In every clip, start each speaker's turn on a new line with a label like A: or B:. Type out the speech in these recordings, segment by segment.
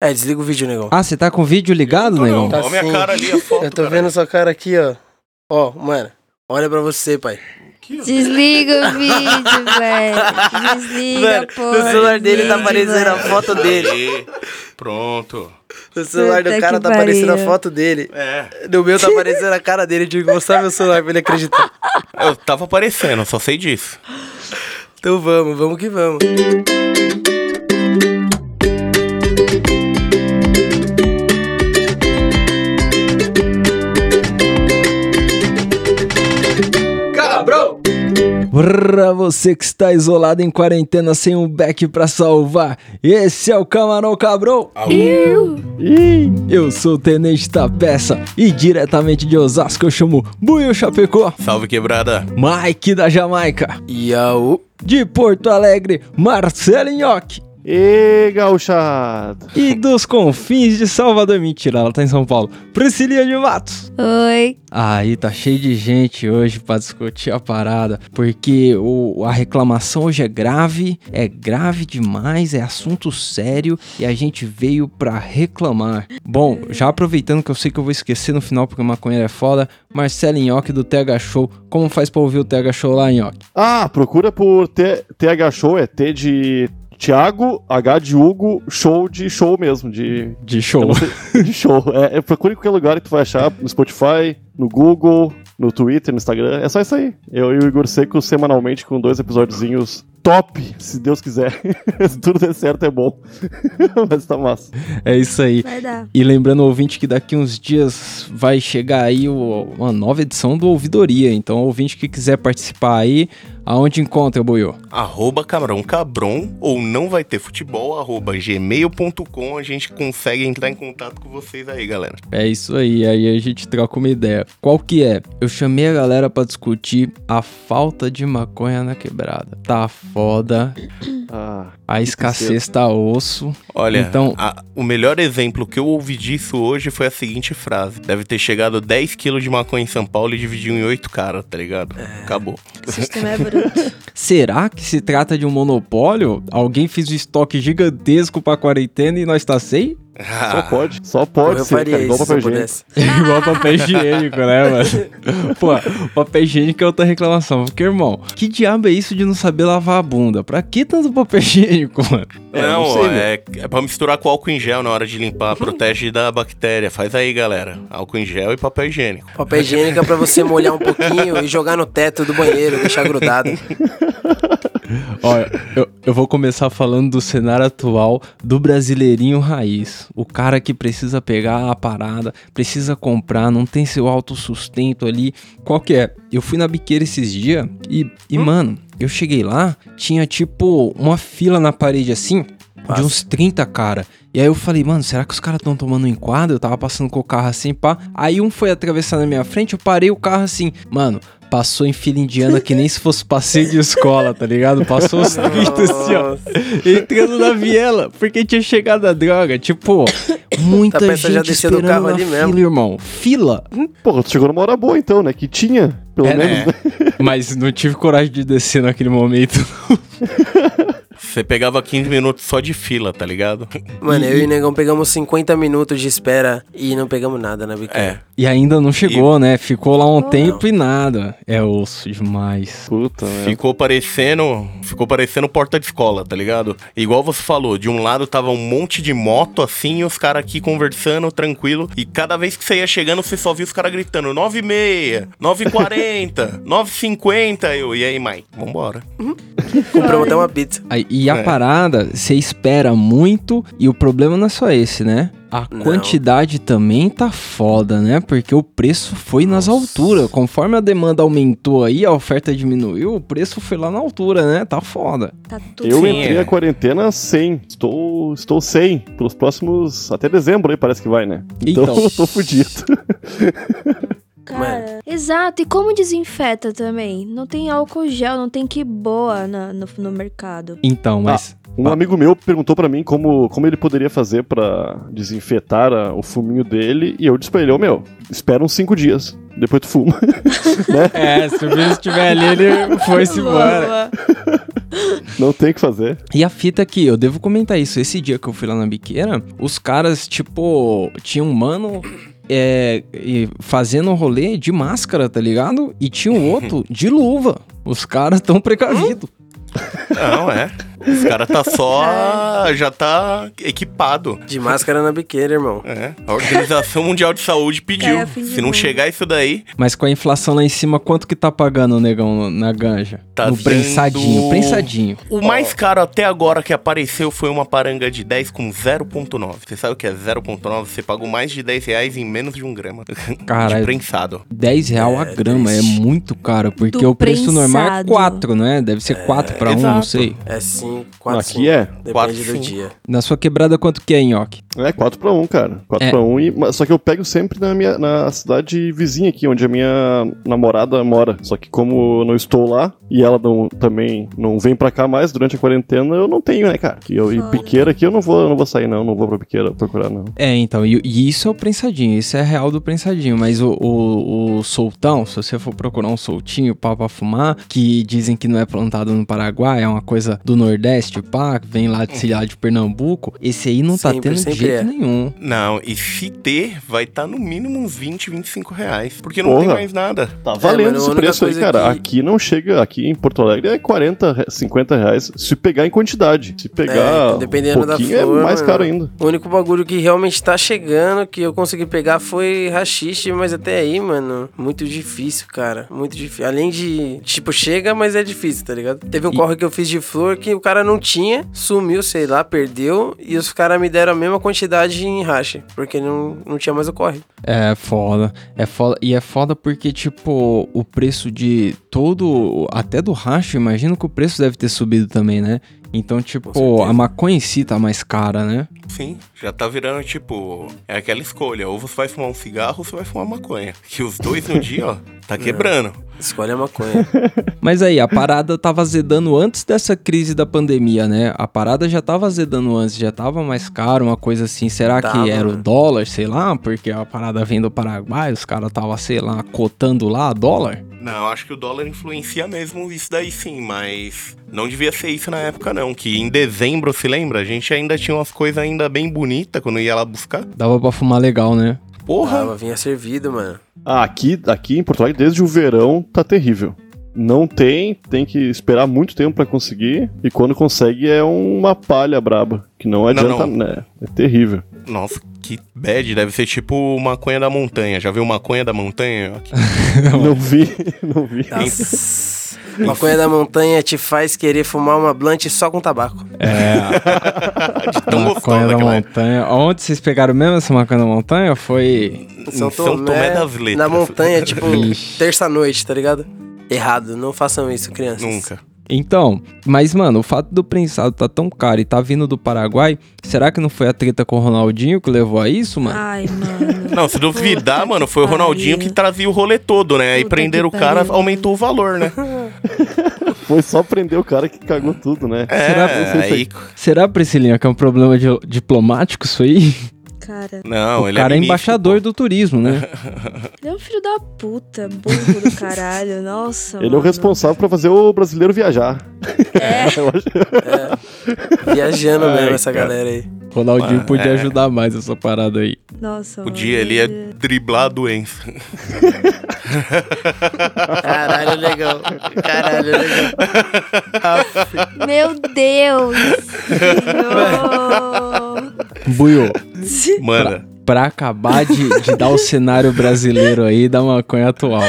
A: É, desliga o vídeo, negão.
B: Ah, você tá com o vídeo ligado,
C: Não,
B: negão?
C: não, tá
A: Tá
C: a minha
A: sim.
C: cara ali, a foto.
A: Eu tô
C: cara.
A: vendo sua cara aqui, ó. Ó, mano, olha pra você, pai.
C: Aqui, ó.
D: Desliga o vídeo, velho. Desliga,
A: Mano,
D: pô.
A: no celular dele tá
D: desliga,
A: aparecendo a
D: velho.
A: foto dele.
C: Aí, pronto.
A: No celular do
D: Puta
A: cara
D: que
A: tá aparecendo a
D: pariu.
A: foto dele.
C: É.
A: No meu tá aparecendo a cara dele. Eu tive que mostrar meu celular pra ele acreditar.
C: Eu tava aparecendo, só sei disso.
A: Então vamos, vamos que vamos.
B: Pra você que está isolado em quarentena sem um back pra salvar, esse é o Camarão Cabrão. Ih, Eu sou o Tenente da Peça e diretamente de Osasco eu chamo Buio Chapecó,
C: Salve quebrada.
B: Mike da Jamaica,
A: Iaú.
B: de Porto Alegre, Marcelo Nhoque
E: Ê, gauchado!
B: e dos confins de Salvador, mentira, ela tá em São Paulo, Priscilia de Matos.
D: Oi.
B: Aí tá cheio de gente hoje pra discutir a parada, porque o, a reclamação hoje é grave, é grave demais, é assunto sério e a gente veio pra reclamar. Bom, já aproveitando que eu sei que eu vou esquecer no final porque maconheiro é foda, Marcelo Nhoque do TH Show, como faz pra ouvir o TH Show lá, Nhoque?
E: Ah, procura por T- TH Show, é T de Thiago, H de Hugo, show de show mesmo, de,
B: De
E: eu
B: show.
E: não sei, de show. É, é, procura em qualquer lugar que tu vai achar, no Spotify, no Google, no Twitter, no Instagram, é só isso aí. Eu e o Igor Seco semanalmente com dois episódiozinhos top, se Deus quiser. se tudo der certo é bom, mas tá massa.
B: É isso aí.
D: Vai dar.
B: E lembrando o ouvinte que daqui uns dias vai chegar aí o- uma nova edição do Ouvidoria. Então, ouvinte que quiser participar aí, aonde encontra, Buiô?
C: Arroba cabrão cabron ou não vai ter futebol, arroba gmail.com. A gente consegue entrar em contato com vocês aí, galera.
B: É isso aí, aí a gente troca uma ideia. Qual que é? Eu chamei a galera pra discutir a falta de maconha na quebrada. Tá foda,
E: Ah,
B: a escassez tá osso.
C: Olha,
B: Então-
C: a- o melhor exemplo que eu ouvi disso hoje foi a seguinte frase: Deve ter chegado 10 quilos de maconha em São Paulo e dividiu em 8 caras, tá ligado? Acabou.
D: O sistema é bruto.
B: Será que se trata de um monopólio? Alguém fez um estoque gigantesco pra quarentena e nós tá sem?
E: só pode, só pode
A: Ah, eu
E: ser,
A: faria
E: cara, igual
A: isso se
E: papel
A: eu
E: higiênico.
A: pudesse.
B: Igual papel higiênico, né, mano? Pô, papel higiênico é outra reclamação. Porque, irmão, que diabo é isso de não saber lavar a bunda? Pra que tanto papel higiênico, mano?
E: É,
C: não,
E: não sei, né?
C: é, é pra misturar com álcool em gel na hora de limpar, protege da bactéria. Faz aí, galera. Álcool em gel e papel higiênico.
A: Papel higiênico é pra você molhar um pouquinho e jogar no teto do banheiro, deixar grudado.
B: Olha, eu, eu vou começar falando do cenário atual do brasileirinho raiz. O cara que precisa pegar a parada, precisa comprar, não tem seu autossustento ali. Qual que é? Eu fui na biqueira esses dias e, e mano, eu cheguei lá, tinha tipo uma fila na parede assim, de
A: Nossa.
B: uns 30 cara. E aí eu falei, mano, será que os caras estão tomando um enquadro? Eu tava passando com o carro assim, pá. Aí um foi atravessar na minha frente, eu parei o carro assim. Mano, passou em fila indiana que nem se fosse passeio de escola, tá ligado? Passou os 30 assim, ó.
A: Nossa,
B: Entrando na viela, porque tinha chegado a droga. Tipo, muita
A: A peça
B: gente
A: Tá já desceu do
B: esperando
A: carro
B: na
A: ali
B: fila,
A: mesmo.
B: irmão. Fila?
E: Porra, tu chegou numa hora boa então, né? Que tinha, pelo
B: É, né?
E: menos.
B: Mas não tive coragem de descer naquele momento.
C: Você pegava 15 minutos só de fila, tá ligado?
A: Mano, eu e o negão pegamos 50 minutos de espera e não pegamos nada na biqueira.
C: É.
B: E ainda não chegou, né? Ficou lá um tempo e nada. É osso demais.
E: Puta, né?
C: Ficou parecendo, ficou parecendo porta de escola, tá ligado? Igual você falou, de um lado tava um monte de moto assim, e os caras aqui conversando, tranquilo, e cada vez que você ia chegando, você só via os caras gritando 9 e meia, 9 e 40, 9 e 50, eu, e aí, Mike? Vambora.
A: Compramos até uma pizza.
B: Aí, E a
C: É.
B: parada, você espera muito, e o problema não é só esse, né? A
A: Não.
B: quantidade também tá foda, né? Porque o preço foi nas alturas. Conforme a demanda aumentou aí, a oferta diminuiu, o preço foi lá na altura, né? Tá foda.
D: Tá tudo
E: Eu
C: Sim,
E: entrei
C: é.
E: a quarentena 100. Estou, estou 100 pelos próximos. Até dezembro aí parece que vai, né? Então,
B: Então.
E: eu tô fudido.
D: Cara, exato. E como desinfeta também? Não tem álcool gel, não tem que boa na- no, no mercado.
B: Então, mas.
E: Um amigo meu perguntou pra mim como, como ele poderia fazer pra desinfetar a- o fuminho dele. E eu disse pra ele: Ô meu, espera uns 5 dias. Depois tu fuma.
B: É, se o vírus estiver ali, ele foi-se
D: Boa.
E: Não tem o que fazer.
B: E a fita aqui, eu devo comentar isso. Esse dia que eu fui lá na biqueira, os caras, tipo, tinha um mano. é, e fazendo um rolê de máscara, tá ligado? E tinha um outro de luva. Os caras tão precavidos.
C: Hum. Não, é. Os cara tá
D: É.
C: só. já tá equipado.
A: De máscara na biqueira, irmão.
C: É. A Organização Mundial de Saúde pediu.
D: É, fim de
C: Se não
D: mundo.
C: chegar isso daí,
B: Mas com a inflação lá em cima, quanto que tá pagando, negão, na ganja?
C: Tá
B: no
C: sendo-
B: prensadinho, prensadinho.
C: o mais caro até agora que apareceu foi uma paranga de 10 com 0,9. Você sabe o que é 0,9? Você pagou mais de 10 reais em menos de um grama. De
B: Caralho.
C: prensado.
B: 10 real a grama é muito caro, porque
D: Do
B: o preço normal é
D: prensado.
B: 4, né? Deve ser 4 pra 1, não
C: exato.
B: sei.
A: É 5, 4,
E: Aqui é?
A: Depende
C: Quatro,
A: do
C: cinco.
A: dia.
B: Na sua quebrada, quanto que é, nhoque?
E: É 4 pra 1, cara. 4
B: É.
E: pra 1. E... mas- Só que eu pego sempre na minha na cidade vizinha aqui, onde a minha namorada mora. Só que como eu não estou lá e ela não- também não vem pra cá mais durante a quarentena, eu não tenho, né, cara? Que eu, e biqueira aqui eu não vou, eu não vou sair, não. Não vou pra biqueira procurar, não.
B: É, então, e, e isso é o prensadinho, isso é real do prensadinho, mas o, o, o soltão, se você for procurar um soltinho pá, pra fumar, que dizem que não é plantado no Paraguai, é uma coisa do Nordeste, pá, que vem lá, de- sei lá, de Pernambuco, esse aí não tá
A: Sempre,
B: tendo de
A: sempre
B: jeito
A: é.
B: nenhum.
C: Não, e se ter, vai estar no mínimo uns 20, 25 reais. Porque não
E: Porra.
C: tem mais nada.
E: Tá
A: mas
E: valendo
A: a
E: esse
A: única
E: preço aí,
A: coisa
E: cara.
A: que-
E: Aqui não chega, aqui em Porto Alegre é 40, re- 50 reais. Se pegar em quantidade. Se pegar
A: então, dependendo
E: um
A: da
E: pouquinho,
A: forma,
E: é mais caro
A: né?
E: ainda.
A: O único bagulho que realmente tá chegando, que eu consegui pegar, foi rachixe, mas até aí, mano, muito difícil, cara. Muito difícil. Além de, tipo, chega, mas é difícil, tá ligado? Teve um
B: E-
A: corre que eu fiz de flor que o cara não tinha, sumiu, sei lá, perdeu, e os caras me deram a mesma quantidade em racha, porque não, não tinha mais o corre.
B: É foda, é foda, e é foda porque, tipo, o preço de todo, até do racho, imagino que o preço deve ter subido também, né? Então, tipo,
A: certeza.
B: a maconha em si tá mais cara, né?
C: Sim, já tá virando tipo. É aquela escolha. Ou você vai fumar um cigarro ou você vai fumar maconha. Que os dois no dia, ó, tá quebrando.
A: Escolhe a maconha.
B: Mas aí, a parada tava azedando antes dessa crise da pandemia, né? A parada já tava azedando antes, já tava mais caro, uma coisa assim. Será
A: Tava.
B: que era o dólar, sei lá? Porque a parada vem do Paraguai, os caras tava, sei lá, cotando lá dólar?
C: Não, acho que o dólar influencia mesmo isso daí sim, mas não devia ser isso na época não, que em dezembro, se lembra? A gente ainda tinha umas coisas ainda bem bonitas quando ia lá buscar.
B: Dava pra fumar legal, né?
C: Porra!
A: Tava, vinha servido, mano.
E: Ah, aqui, aqui em Porto Alegre, desde o verão, tá terrível. Não tem, tem que esperar muito tempo pra conseguir. E quando consegue, é uma palha braba. Que não adianta,
C: não.
E: né? É terrível.
C: Nossa, que bad, deve ser tipo maconha da montanha. Já viu maconha da montanha?
E: Não vi, não vi.
B: Tá.
A: Nossa. maconha da montanha te faz querer fumar uma blunt só com tabaco.
C: De tão
B: É. maconha
C: gostosa
B: da
C: que ela é.
B: montanha. Onde vocês pegaram mesmo essa maconha da montanha? Foi.
A: Em
C: São Tomé das Letras.
A: né, Na montanha, tipo,
B: Ixi.
A: terça-noite, tá ligado? Errado, não façam isso, crianças.
C: Nunca.
B: Então, mas mano, o fato do prensado tá tão caro e tá vindo do Paraguai, será que não foi a treta com o Ronaldinho que levou a isso, mano?
D: Ai, mano.
C: Não, se duvidar, mano, foi o
D: Pariu.
C: Ronaldinho que trazia o rolê todo, né? Aí
D: Puta
C: prenderam o
D: que
C: cara,
D: pariu.
C: aumentou o valor, né?
E: Foi só prender o cara que cagou tudo, né?
C: É, aí...
B: Será, Priscilinha, que é um problema de, diplomático isso aí?
D: Cara,
C: Não,
B: o
C: ele
B: cara é,
C: ministro,
B: embaixador do turismo, né?
D: ele é um filho da puta, burro do caralho, nossa.
E: Ele é o
D: mano.
E: responsável pra fazer o brasileiro viajar.
B: É.
E: Eu acho-
A: Viajando
E: Ai,
A: mesmo essa
E: cara.
A: galera aí.
B: Ronaldinho
C: Mano,
B: podia
C: é.
B: ajudar mais essa parada aí.
D: Nossa, mano.
C: Podia, ele é- ia driblar a doença.
A: Caralho, legal. Caralho, legal.
D: Meu Deus! senhor.
B: Buio,
C: Mano,
B: pra acabar de, de dar o cenário brasileiro aí da maconha atual.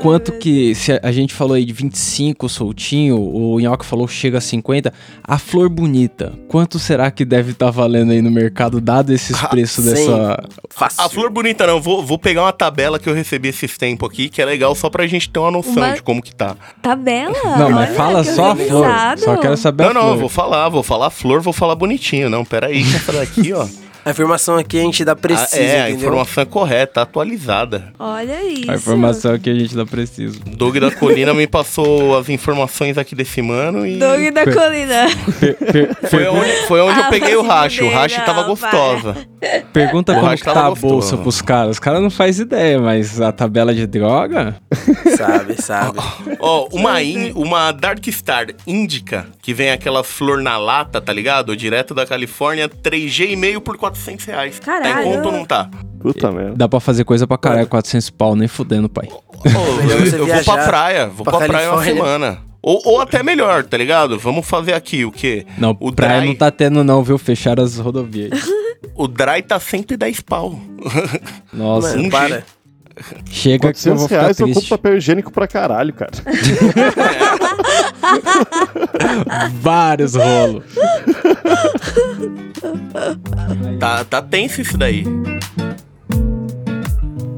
B: Quanto que, se a- a gente falou aí de 25 soltinho, o Nhoque falou que chega a 50, a flor bonita, quanto será que deve estar valendo aí no mercado, dado esses
C: Ah,
B: preços
A: cem.
B: dessa...
A: Fácil.
C: A flor bonita não, vou, vou pegar uma tabela que eu recebi esses tempos aqui, que é legal só pra gente ter uma noção
D: Uma-
C: de como que tá.
D: Tabela?
B: Não, mas
D: Olha,
B: fala
D: Ah, que
B: só a flor,
D: organizado.
B: só quero saber
C: Não,
B: a
C: não,
B: flor.
C: eu vou falar, vou falar flor, vou falar bonitinho. Não, peraí, que essa daqui, ó.
A: A informação aqui a gente dá precisa,
C: é, a
A: entendeu?
C: informação é correta, atualizada.
D: Olha isso.
B: A informação que a gente tá não precisa.
C: Doug da Colina me passou as informações aqui desse mano e.
D: Doug da
B: Foi-
D: Colina.
B: Per- per-
C: Foi onde, foi onde eu
D: Ah,
C: peguei o
D: vai se
C: racho. O
D: fuder,
C: racho tava
D: não,
C: gostosa.
B: pergunta
C: Eu
B: como
C: acho
B: que
C: que ela
B: tá a
C: gostou.
B: bolsa pros caras. Os caras não faz ideia, mas a tabela de droga...
A: Sabe, sabe.
C: Ó,
D: Uhum.
C: uma, in, uma Dark Star Indica, que vem aquela flor na lata, tá ligado? Direto da Califórnia, 3G e meio por 400 reais. Tá
D: Caralho.
C: em conta ou não tá?
E: Puta merda.
B: Dá pra fazer coisa pra caralho, 400 pau, nem fudendo, pai.
C: Ô, eu,
A: É você
C: eu vou
A: viajar
C: pra praia, vou
A: pra
C: pra, praia uma
A: Califórnia.
C: semana. Ou, ou até melhor, tá ligado? Vamos fazer aqui o quê?
B: Não,
C: o
B: praia
C: dry,
B: não tá tendo não, viu? Fecharam as rodovias.
C: O dry tá 110 pau.
B: Nossa,
A: Mano,
C: um
A: para.
B: chega que eu
E: 400
B: vou ficar
E: reais eu compro
B: triste.
E: papel higiênico pra caralho, cara.
B: Vários rolos.
C: tá, tá tenso isso daí.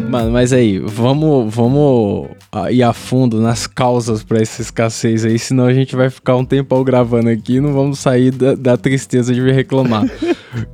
B: Mano, mas aí, vamos, vamos ah, ir a fundo nas causas pra essa escassez aí, senão a gente vai ficar um tempão gravando aqui e não vamos sair da, da tristeza de vir reclamar.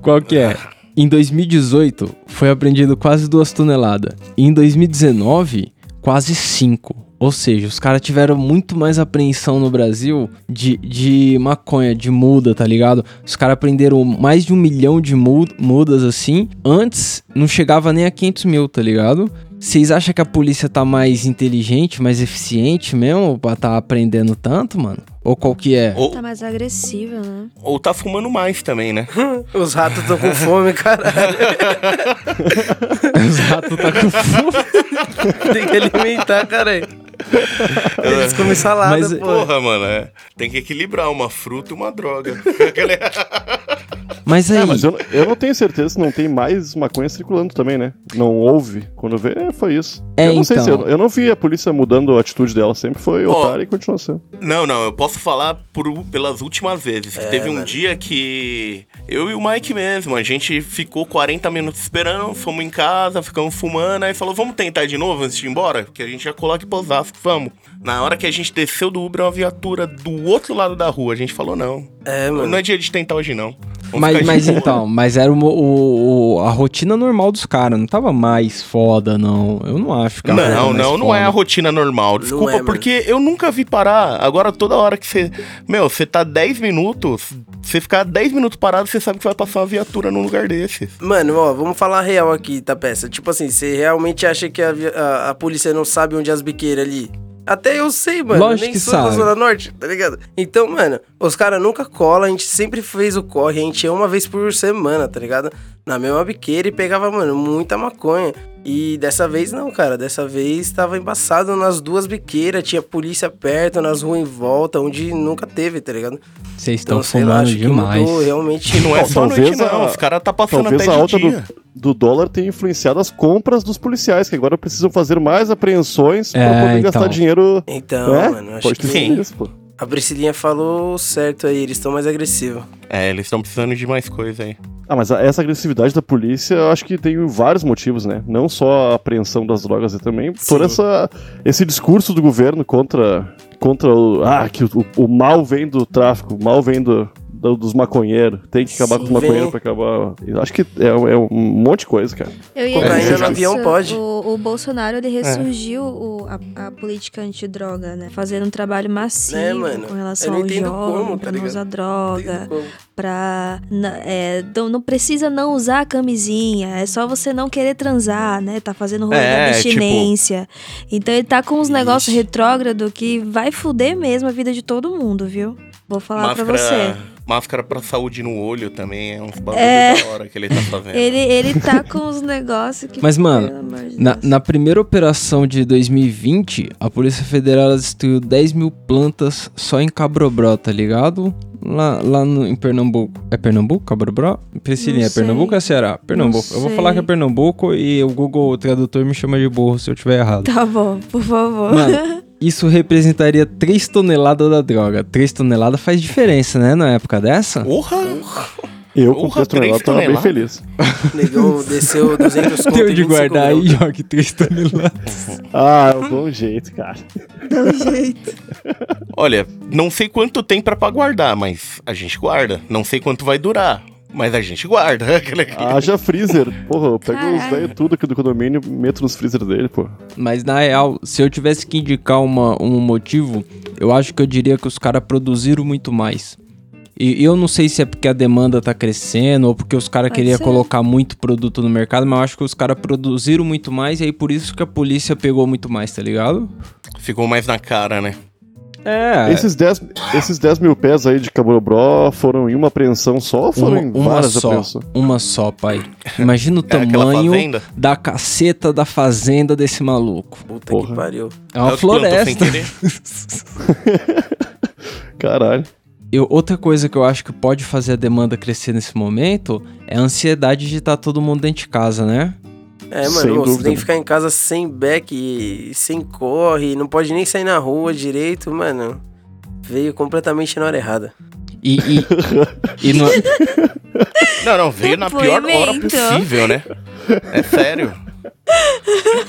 B: Qual que é? Em 2018, foi apreendido quase 2 toneladas. E em 2019, quase 5. Ou seja, os caras tiveram muito mais apreensão no Brasil de, de maconha, de muda, tá ligado? Os caras prenderam mais de um milhão de mu- mudas assim. Antes, não chegava nem a 500 mil, tá ligado? Vocês acham que a polícia tá mais inteligente, mais eficiente mesmo pra tá aprendendo tanto, mano? Ou qual que é?
C: Ou,
D: Tá mais agressiva, né?
C: ou tá fumando mais também, né?
A: Os ratos estão com fome, caralho.
B: Os ratos tá com fome.
A: Tem que alimentar, caralho. Eles comem salada,
B: Mas-
A: pô.
C: Porra, mano, é. Tem que equilibrar uma fruta e uma droga.
B: Mas aí,
E: É, mas eu, eu não tenho certeza se não tem mais maconha circulando também, né? Não houve. Quando vê, é, foi isso.
B: É,
E: eu não sei
B: então.
E: se eu, eu não vi a polícia mudando a atitude dela, sempre foi
C: Ó.
E: otária e continua sendo.
C: Não, não, eu posso falar por- pelas últimas vezes. Teve um dia que eu e o Mike mesmo, a gente ficou 40 minutos esperando, fomos em casa, ficamos fumando, aí falou, vamos tentar de novo antes de ir embora? Porque a gente já colou aqui pra Osasco, vamos. Na hora que a gente desceu do Uber, uma viatura do outro lado da rua, a gente falou, não,
A: É,
C: não
A: mano.
C: é dia de tentar hoje não. Vamos ficar
B: Mas,
C: de
B: mas
C: boa.
B: então, mas era o, o- o- a rotina normal dos caras, não tava mais foda, não. Eu não acho que ela tava
C: Não,
B: mais
C: não, não é a
B: foda.
C: rotina normal. Desculpa,
A: é, mano.
C: porque eu nunca vi parar. Agora, toda hora que você. Meu, você tá 10 minutos. Você ficar 10 minutos parado, você sabe que vai passar uma viatura num lugar desse.
A: Mano, ó, vamos falar real aqui, tá peça. Tipo assim, você realmente acha que a, vi- a- a polícia não sabe onde é as biqueiras ali? Até eu sei, mano.
B: Lógico
A: nem
B: que
A: sou da
B: sabe.
A: Zona Norte, tá ligado? Então, mano, os caras nunca colam, a gente sempre fez o corre, a gente ia uma vez por semana, tá ligado? Na mesma biqueira e pegava, mano, muita maconha. E dessa vez não, cara. Dessa vez tava embaçado nas duas biqueiras, tinha polícia perto, nas ruas em volta, onde nunca teve, tá ligado? Então,
B: Vocês estão
A: sei lá,
B: fumando
A: acho que
B: demais.
A: mudou realmente.
C: E não é
E: Bom,
C: só noite,
E: talvez
C: não.
E: a-
C: Os caras tá passando até
E: Talvez a
C: de
E: alta do,
C: dia.
E: do dólar tenha influenciado as compras dos policiais, que agora precisam fazer mais apreensões
B: É,
E: pra poder
B: então.
E: gastar dinheiro.
A: Então,
E: né?
A: mano, acho
E: Pode ter
A: que.
E: sido isso, pô.
A: A Priscilinha falou certo aí, eles estão mais agressivos.
C: É, eles estão precisando de mais coisa aí.
E: Ah, mas a- essa agressividade da polícia, eu acho que tem vários motivos, né? Não só a apreensão das drogas e também todo essa, esse discurso do governo contra, contra o. Ah, que o, o mal vem do tráfico, o mal vem do, do- dos maconheiros, tem que acabar
A: Sim,
E: com os
A: vem.
E: maconheiros pra acabar. Eu acho que é, é um monte de coisa, cara.
D: Eu ia
A: Cocaína
D: dizer
E: no
A: avião
D: isso,
A: pode. É.
D: O, o Bolsonaro, ele ressurgiu o- a, a política antidroga, né? Fazendo um trabalho massivo
A: É, mano.
D: com
A: Eu
D: relação
A: não
D: ao
A: entendo
D: jovem,
A: como, tá
D: pra não
A: ligado?
D: usar droga, pra... na- é, não, não precisa não usar a camisinha, é só você não querer transar, né? Tá fazendo rolê
C: É,
D: da
C: tipo-
D: abstinência. Então ele tá com uns
C: Isso.
D: negócios retrógrado que vai fuder mesmo a vida de todo mundo, viu? Vou falar pra você.
C: Máscara, máscara pra saúde no olho também é uns bagulho
D: É.
C: da hora que ele tá fazendo.
D: Ele, ele tá com uns negócios que...
B: Mas, mano,
D: pelo amor de
B: Na,
D: Deus.
B: na primeira operação de 2020, a Polícia Federal ela destruiu 10 mil plantas só em Cabrobró, tá ligado? Lá, lá no- em Pernambuco. É Pernambuco? Cabrobró? Priscilinha, é
D: Não
B: Pernambuco
D: sei.
B: ou é Ceará? Pernambuco. Eu vou
D: sei.
B: falar que é Pernambuco e o Google Tradutor me chama de burro se eu tiver errado.
D: Tá bom, por favor.
B: Mano, isso representaria 3 toneladas da droga. 3 toneladas faz diferença, né? Na época dessa?
C: Porra!
E: Eu,
C: Porra,
E: com o
C: três
E: tonelado, tava bem
C: toneladas?
E: feliz.
A: Negão desceu 200 conto
B: Deu
A: em né,
B: de
A: 25
B: guardar aí,
A: minutos.
B: jogue 3 toneladas.
E: Ah, é um bom jeito, cara.
C: Olha, não sei quanto tem pra pra guardar, mas a gente guarda. Não sei quanto vai durar. Mas a gente guarda.
E: Haja freezer. Porra, eu pego os
D: Caralho.
E: velhos tudo aqui do condomínio e meto nos freezer dele, pô.
B: Mas na real, se eu tivesse que indicar uma, um motivo, eu acho que eu diria que os caras produziram muito mais. E eu não sei se é porque a demanda tá crescendo ou porque os caras
D: Pode
B: queriam
D: ser.
B: colocar muito produto no mercado, mas eu acho que os caras produziram muito mais e aí por isso que a polícia pegou muito mais, tá ligado?
C: Ficou mais na cara, né?
B: É.
E: Esses, 10, esses 10 mil pés aí de Caborobró foram em uma apreensão só ou foram
B: Uma,
E: em
B: uma
E: várias
B: só,
E: apreensões?
B: uma só, pai. Imagina o
C: É aquela
B: tamanho
C: fazenda.
B: da caceta da fazenda desse maluco.
A: Puta
E: Porra.
A: que pariu.
B: É uma
C: É o que plantou sem
B: floresta.
C: querer.
E: Caralho.
B: Eu- outra coisa que eu acho que pode fazer a demanda crescer nesse momento é a ansiedade de estar todo mundo dentro de casa, né?
A: É,
E: Sem
A: mano, você
E: dúvida.
A: tem que ficar em casa sem back, e sem corre, não pode nem sair na rua direito, mano. Veio completamente na hora errada.
B: E, e- e não-
C: Não, não, veio na pior hora
D: Depoimento.
C: possível, né? É sério.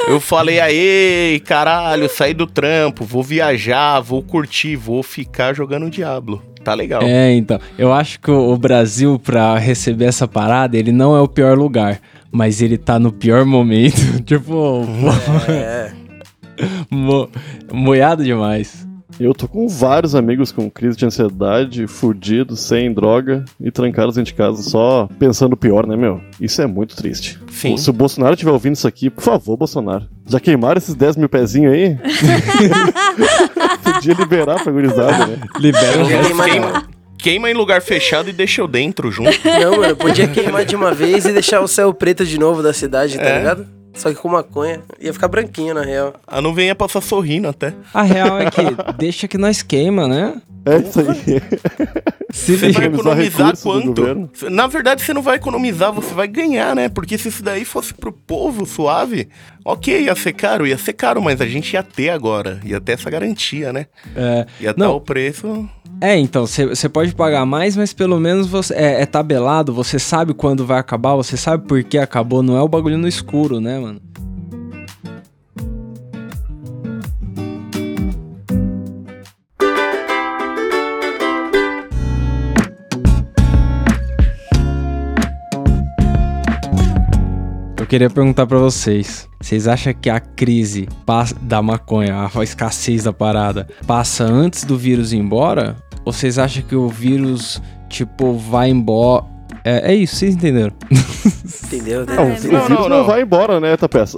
C: Eu falei, aê, caralho, saí do trampo, vou viajar, vou curtir, vou ficar jogando Diablo. Tá legal.
B: é, então. Eu acho que o o Brasil, pra receber essa parada, ele não é o pior lugar. Mas ele tá no pior momento. tipo,
A: É.
B: mo, moiado demais.
E: Eu tô com vários amigos com crise de ansiedade, fudidos, sem droga e trancados dentro de casa só pensando o pior, né, meu? Isso é muito triste.
C: Sim.
E: Se o Bolsonaro estiver ouvindo isso aqui, por favor, Bolsonaro. Já queimaram esses 10 mil pezinhos aí? Podia liberar pra gurizada, né?
B: Libera o
A: Podia
B: resto.
A: queimar,
C: Queima, queima em lugar fechado e deixa eu dentro junto.
A: não, mano, podia queimar de uma vez e deixar o céu preto de novo da cidade, tá
C: É.
A: ligado? Só que com maconha. Ia ficar branquinho, na real.
C: A nuvem ia passar sorrindo até.
B: A real é que deixa que nós queima, né?
E: É isso aí.
B: Se
C: Você vai
E: Economizar
C: economizar
E: recursos do
C: quanto?
E: governo.
C: Na verdade, você não vai economizar, você vai ganhar, né? Porque se isso daí fosse pro povo suave, ok, ia ser caro, ia ser caro, mas a gente ia ter agora, ia ter essa garantia, né?
B: É,
C: Ia estar
B: Não.
C: o preço.
B: É, então, você pode pagar mais, mas pelo menos você é, é tabelado, você sabe quando vai acabar, você sabe por que acabou, não é o bagulho no escuro, né, mano? Eu queria perguntar pra vocês, vocês acham que a crise passa- da maconha, a escassez da parada, passa antes do vírus ir embora? Ou vocês acham que o vírus, tipo, vai embora? É, é isso, vocês entenderam?
A: Entendeu?
E: Não, o
D: É,
C: não,
E: vírus não,
C: não.
E: vai embora, né, essa peça?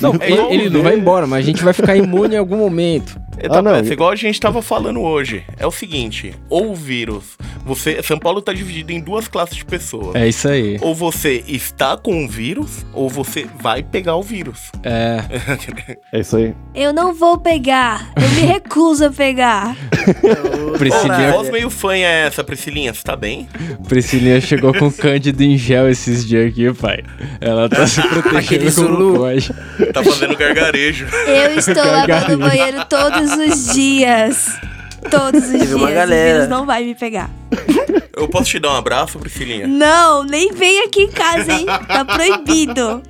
B: Não,
C: É
B: ele,
C: igual
B: ele não vai embora, mas a gente vai ficar imune em algum momento.
C: É, tá,
E: Ah, não,
C: parece
E: eu-
C: igual a gente tava falando hoje. É o seguinte, ou o vírus, você, São Paulo tá dividido em duas classes de pessoas.
B: É isso aí.
C: Ou você está com o vírus, ou você vai pegar o vírus.
B: É,
E: É isso aí.
D: Eu não vou pegar. Eu me recuso a pegar.
C: Que
B: Priscilinha-
C: voz meio fã é essa, Priscilinha? Você tá bem?
B: Priscilinha chegou com cândido em gel esses dias aqui, pai. Ela tá se protegendo
A: Aquele
B: como
A: Zulu.
B: pode.
C: Tá fazendo gargarejo.
D: Eu estou lavando o banheiro todos os dias. Todos os dias.
A: Teve uma
D: O
A: galera.
D: vírus não vai me pegar.
C: Eu posso te dar um abraço, Priscilinha?
D: Não, nem vem aqui em casa, hein? Tá proibido.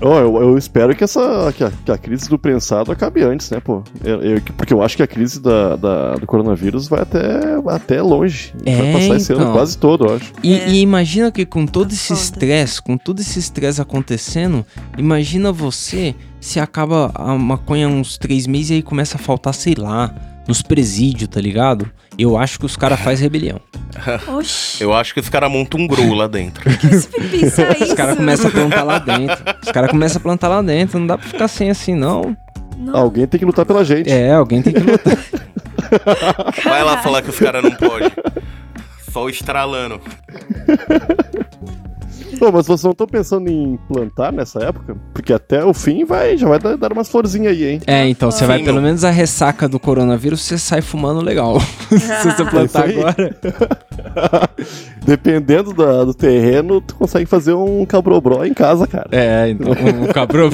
E: Ó, eu, eu espero que, essa, que, a, que a crise do prensado acabe antes, né, pô? Eu- eu- porque eu acho que a crise da, da- do coronavírus vai até, até longe.
B: É,
E: vai passar esse
B: então.
E: ano quase todo, eu acho.
B: E,
D: É. Tá
B: e imagina que com todo esse
D: Foda.
B: estresse, com todo esse estresse acontecendo, imagina você se acaba a maconha uns três meses e aí começa a faltar, sei lá, nos presídios, tá ligado? Eu acho que os caras fazem rebelião.
D: Oxi,
C: Eu acho que os caras montam um gru lá dentro.
D: pensa isso.
B: Os caras começam a plantar lá dentro. Os caras começam a plantar lá dentro. Não dá pra ficar sem assim, não.
D: Não,
E: Alguém tem que lutar pela gente.
B: É, alguém tem que lutar.
C: Vai lá
D: caralho.
C: falar que os caras não podem. Sol estralando.
E: Pô, mas vocês não estão pensando em plantar nessa época? Porque até o fim vai, já vai dar, dar umas florzinhas aí, hein?
B: É, então você vai
C: Sim,
B: pelo
C: meu.
B: menos a ressaca do coronavírus, você sai fumando legal. Se você plantar
E: É isso aí.
B: agora.
E: Dependendo da- do terreno, tu consegue fazer um cabrobró em casa, cara.
B: É, então, o cabrão.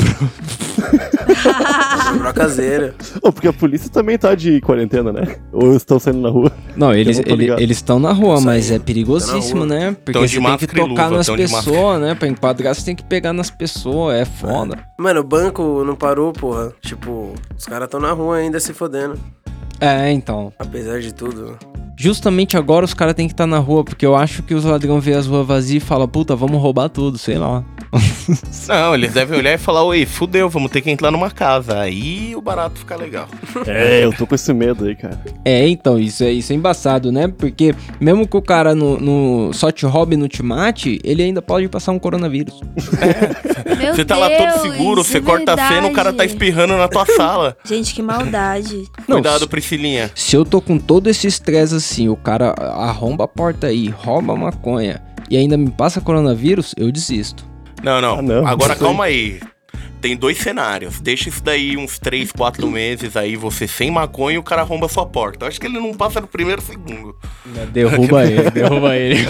A: Pro caseiro.
E: Ô, porque a polícia também tá de quarentena, né? Ou estão saindo na rua.
B: Não, eles
E: não tô
B: ele-
E: ligado.
B: eles estão na rua,
A: Isso
B: mas
A: aí,
B: é perigosíssimo,
A: tão na
B: né? Porque
C: Tão de
B: você tem que
C: máscara e
B: tocar
C: luva,
B: nas
C: tão de
B: pessoas, né? Pra enquadrar, você tem que pegar nas pessoas, é foda.
A: Mano, o banco não parou, porra. Tipo, os caras tão na rua ainda se fodendo.
B: É, então.
A: Apesar de tudo.
B: Justamente agora os caras têm que estar na rua, porque eu acho que os ladrão vê as ruas vazias e fala, puta, vamos roubar tudo, sei lá.
C: Não, eles devem olhar e falar, oi, fudeu, vamos ter que entrar numa casa. Aí o barato fica legal.
E: É, eu tô com esse medo aí, cara.
B: É, então, isso é, isso é embaçado, né? Porque mesmo que o cara no, no só te roube no te mate, ele ainda pode passar um coronavírus.
D: Meu
C: você tá lá todo
D: Deus,
C: seguro,
D: isso
C: você
D: é
C: corta a cena, o cara tá
D: verdade.
C: espirrando na tua sala.
D: Gente, que maldade.
B: Não,
C: Cuidado, Priscilinha.
B: Se eu tô com todo esse estresse assim, o cara arromba a porta aí, rouba a maconha e ainda me passa coronavírus, eu desisto.
C: Não, não.
E: Ah, não.
C: Agora
E: Não sei.
C: calma aí. Tem dois cenários. Deixa isso daí uns 3, 4 meses aí, você sem maconha e o cara arromba a sua porta. Acho que ele não passa no primeiro segundo.
B: É, Derruba ele, derruba ele.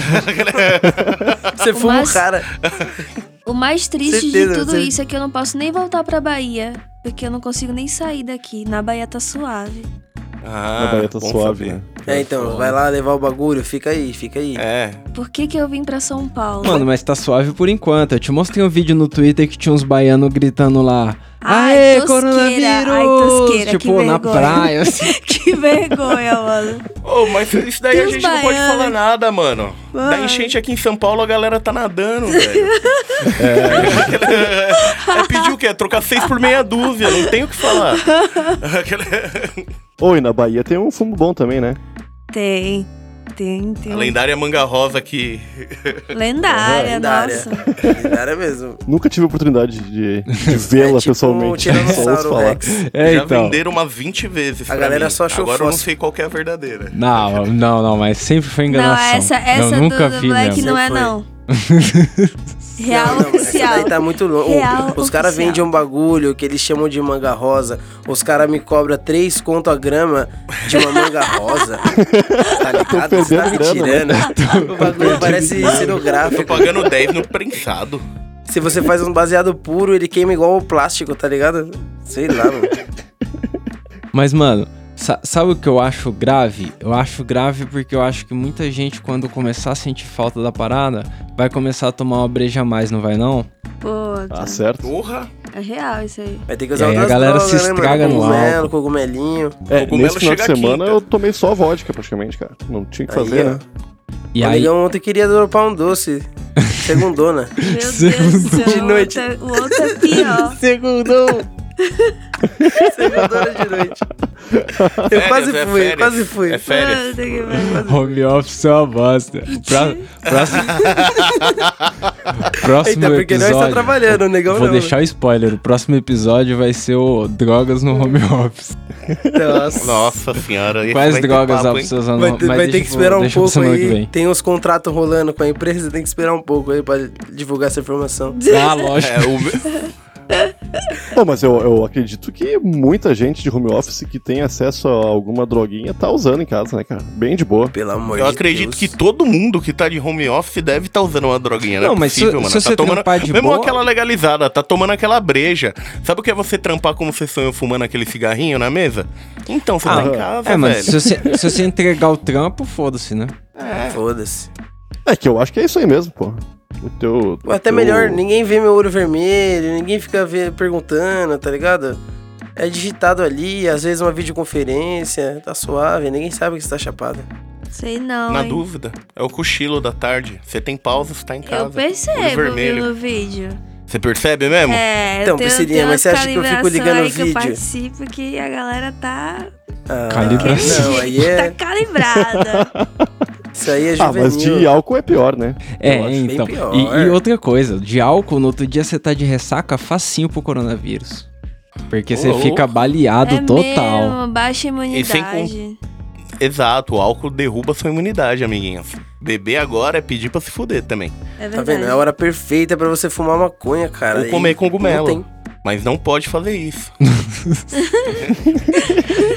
A: Você fuma
D: Mas-
A: o cara.
D: O mais triste
A: Certeza,
D: de tudo
A: certeza.
D: isso é que eu não posso nem voltar pra Bahia. Porque eu não consigo nem sair daqui. Na Bahia tá suave.
C: Ah,
E: Na Bahia tá
C: bom
E: suave,
C: saber.
E: né?
A: É, então, vai lá levar o bagulho, fica aí, fica aí.
C: É.
D: Por que que eu vim pra São Paulo?
B: Mano, mas tá suave por enquanto. Eu te mostrei um vídeo no Twitter que tinha uns baianos gritando lá.
D: Ai,
B: Aê,
D: tosqueira,
B: coronavírus!
D: ai, tosqueira, que
B: tipo, na
D: vergonha.
B: praia. assim.
D: que vergonha, mano.
C: Ô, mas isso daí a
D: Tem
C: gente
D: os
C: não pode
D: baianos.
C: falar nada, mano. Da
D: Mano.
C: enchente aqui em São Paulo, a galera tá nadando, velho. É. pedir o quê? Trocar seis por meia dúzia, não tem o que falar. Aquela-
E: Oi, na Bahia tem um fumo bom também, né?
D: Tem. Tem, tem.
C: A lendária manga rosa que
D: Lendária,
A: lendária.
D: nossa.
A: Lendária mesmo.
E: Nunca tive a oportunidade de, de vê-la
A: é tipo o
E: pessoalmente. Só ouço
A: Tiranossauro
E: falar.
A: Rex.
B: É,
C: já
B: então.
C: venderam umas 20 vezes.
A: A
C: pra
A: galera
C: mim.
A: só achou
C: Agora eu não
A: fóssil.
C: sei qual que é a verdadeira.
B: Não, não, não, mas sempre foi
D: Não,
B: enganação.
D: essa, essa
B: eu nunca
D: do, do
B: vi
D: Black
B: mesmo.
D: não é,
A: Sempre foi.
D: não. Real
A: Não, não, essa
D: oficial.
A: daí tá muito longe.
D: Real
A: Os caras
D: oficial.
A: vendem um bagulho que eles chamam de manga rosa. Os caras me cobram 3 conto a grama de uma manga rosa. Tá ligado? Você tá me
E: perdendo grana, né?
A: tirando. O bagulho
D: é
A: parece
D: tipo
C: Tô
A: cenográfico.
C: pagando 10 no prensado.
A: Se você faz um baseado puro, ele queima igual o plástico, tá ligado? Sei lá, mano.
B: Mas, mano, sa- sabe o que eu acho grave? Eu acho grave porque eu acho que muita gente, quando começar a sentir falta da parada, vai começar a tomar uma breja a mais, não vai não?
D: Pô,
E: Tá
D: tá.
E: certo.
C: Porra!
D: é real isso aí.
A: Vai ter que usar
B: E aí a
A: outras
B: galera
A: drogas,
B: se
A: né, mano?
B: estraga no
A: Cogumelo,
B: álcool.
A: cogumelinho.
E: É,
C: Cogumelo
E: nesse final de
C: chega então.
E: semana
C: quinta.
E: eu tomei só vodka, praticamente, cara. Não tinha o que
A: Aí,
C: é.
A: ó.
E: fazer, né?
B: E
A: o
B: aí,
A: negão ontem queria dropar um doce. né? Segundona.
D: Meu Deus
B: é
D: do céu.
A: De noite.
D: O outro, o outro é pior.
A: Segundona de noite. Eu
C: Férias,
A: quase
C: é
A: fui,
C: férias.
A: quase fui.
C: É férias.
D: Puta que pariu.
B: home office é uma bosta. Pra- próximo próximo
A: Eita, porque nós
B: episódio...
A: tá trabalhando, o negão
B: Vou
C: né,
A: não.
B: deixar o spoiler. O próximo episódio vai ser o Drogas no Home Office.
A: Nossa.
C: Nossa senhora. esse
B: Quais
C: vai ter
B: drogas
C: papo,
B: a
C: hein?
B: pessoa usando?
A: Vai, ter- vai ter que esperar um pouco
B: semana que
A: aí.
B: vem.
A: Tem uns contratos rolando com a empresa, tem que esperar um pouco aí pra divulgar essa informação.
B: Ah, lógico.
C: É, o meu-
E: Bom, mas eu, eu acredito que muita gente de home office que tem acesso a alguma droguinha tá usando em casa, né, cara? Bem de boa.
A: Pelo amor
C: Eu
A: de
C: acredito
A: Deus.
C: que todo mundo que tá de home office deve estar usando uma droguinha, né?
B: Não, mas se- se
C: Tá
B: você
C: tomando...
B: trampar de
C: Mesmo
B: boa-
C: aquela legalizada, tá tomando aquela breja. Sabe o que é você trampar como você sonhou fumando aquele cigarrinho na mesa? Então, você tá
B: Ah,
C: em casa,
B: É, mas se
C: velho.
B: você, se você entregar o trampo, foda-se, né?
A: Foda-se.
E: É que eu acho que é isso aí mesmo, pô. O teu.
A: Ou até
E: teu-
A: melhor, ninguém vê meu olho vermelho, ninguém fica ve- perguntando, tá ligado? É digitado ali, às vezes uma videoconferência, tá suave, ninguém sabe que você tá chapado.
D: Sei não,
C: Na
D: hein.
C: dúvida. É o cochilo da tarde. Você tem pausa, você tá em casa.
D: Eu
C: Olho
D: percebo, viu,
C: vermelho.
D: no vídeo.
C: Você percebe mesmo?
D: É,
A: Então,
D: tem-
A: Priscilinha,
D: tem
A: mas
D: umas
A: você acha que eu fico ligando
D: calibrações
A: o
D: aí Que
A: vídeo?
D: eu participo que a galera tá...
A: Ah,
B: Calibração.
A: Não, aí é,
D: tá calibrada.
A: isso aí é
E: Ah, mas de
A: juvenil.
E: álcool é pior, né?
B: É,
A: Eu acho bem
B: então.
A: pior.
B: E, e
C: é.
B: outra coisa, de álcool, no outro dia você tá de ressaca facinho pro coronavírus. Porque
C: Ô,
B: você
C: louco.
B: fica baleado
D: é
B: total.
D: mesmo, baixa
C: E sem con-
D: imunidade.
C: Exato, o álcool derruba sua imunidade, amiguinhos. Beber agora é pedir pra se fuder também.
D: É verdade.
A: Tá vendo? É a hora perfeita pra você fumar maconha, cara.
C: Ou
A: E
C: comer
A: Não
C: cogumelo.
A: tem.
C: Mas não pode fazer isso.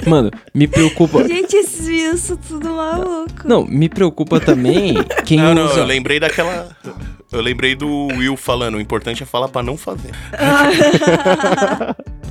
B: Mano, me preocupa.
D: Gente, esses vírus são tudo maluco.
B: Não, me preocupa também quem
C: Não, não,
B: usa.
C: eu lembrei daquela. Eu lembrei do Will falando, o importante é falar pra não fazer.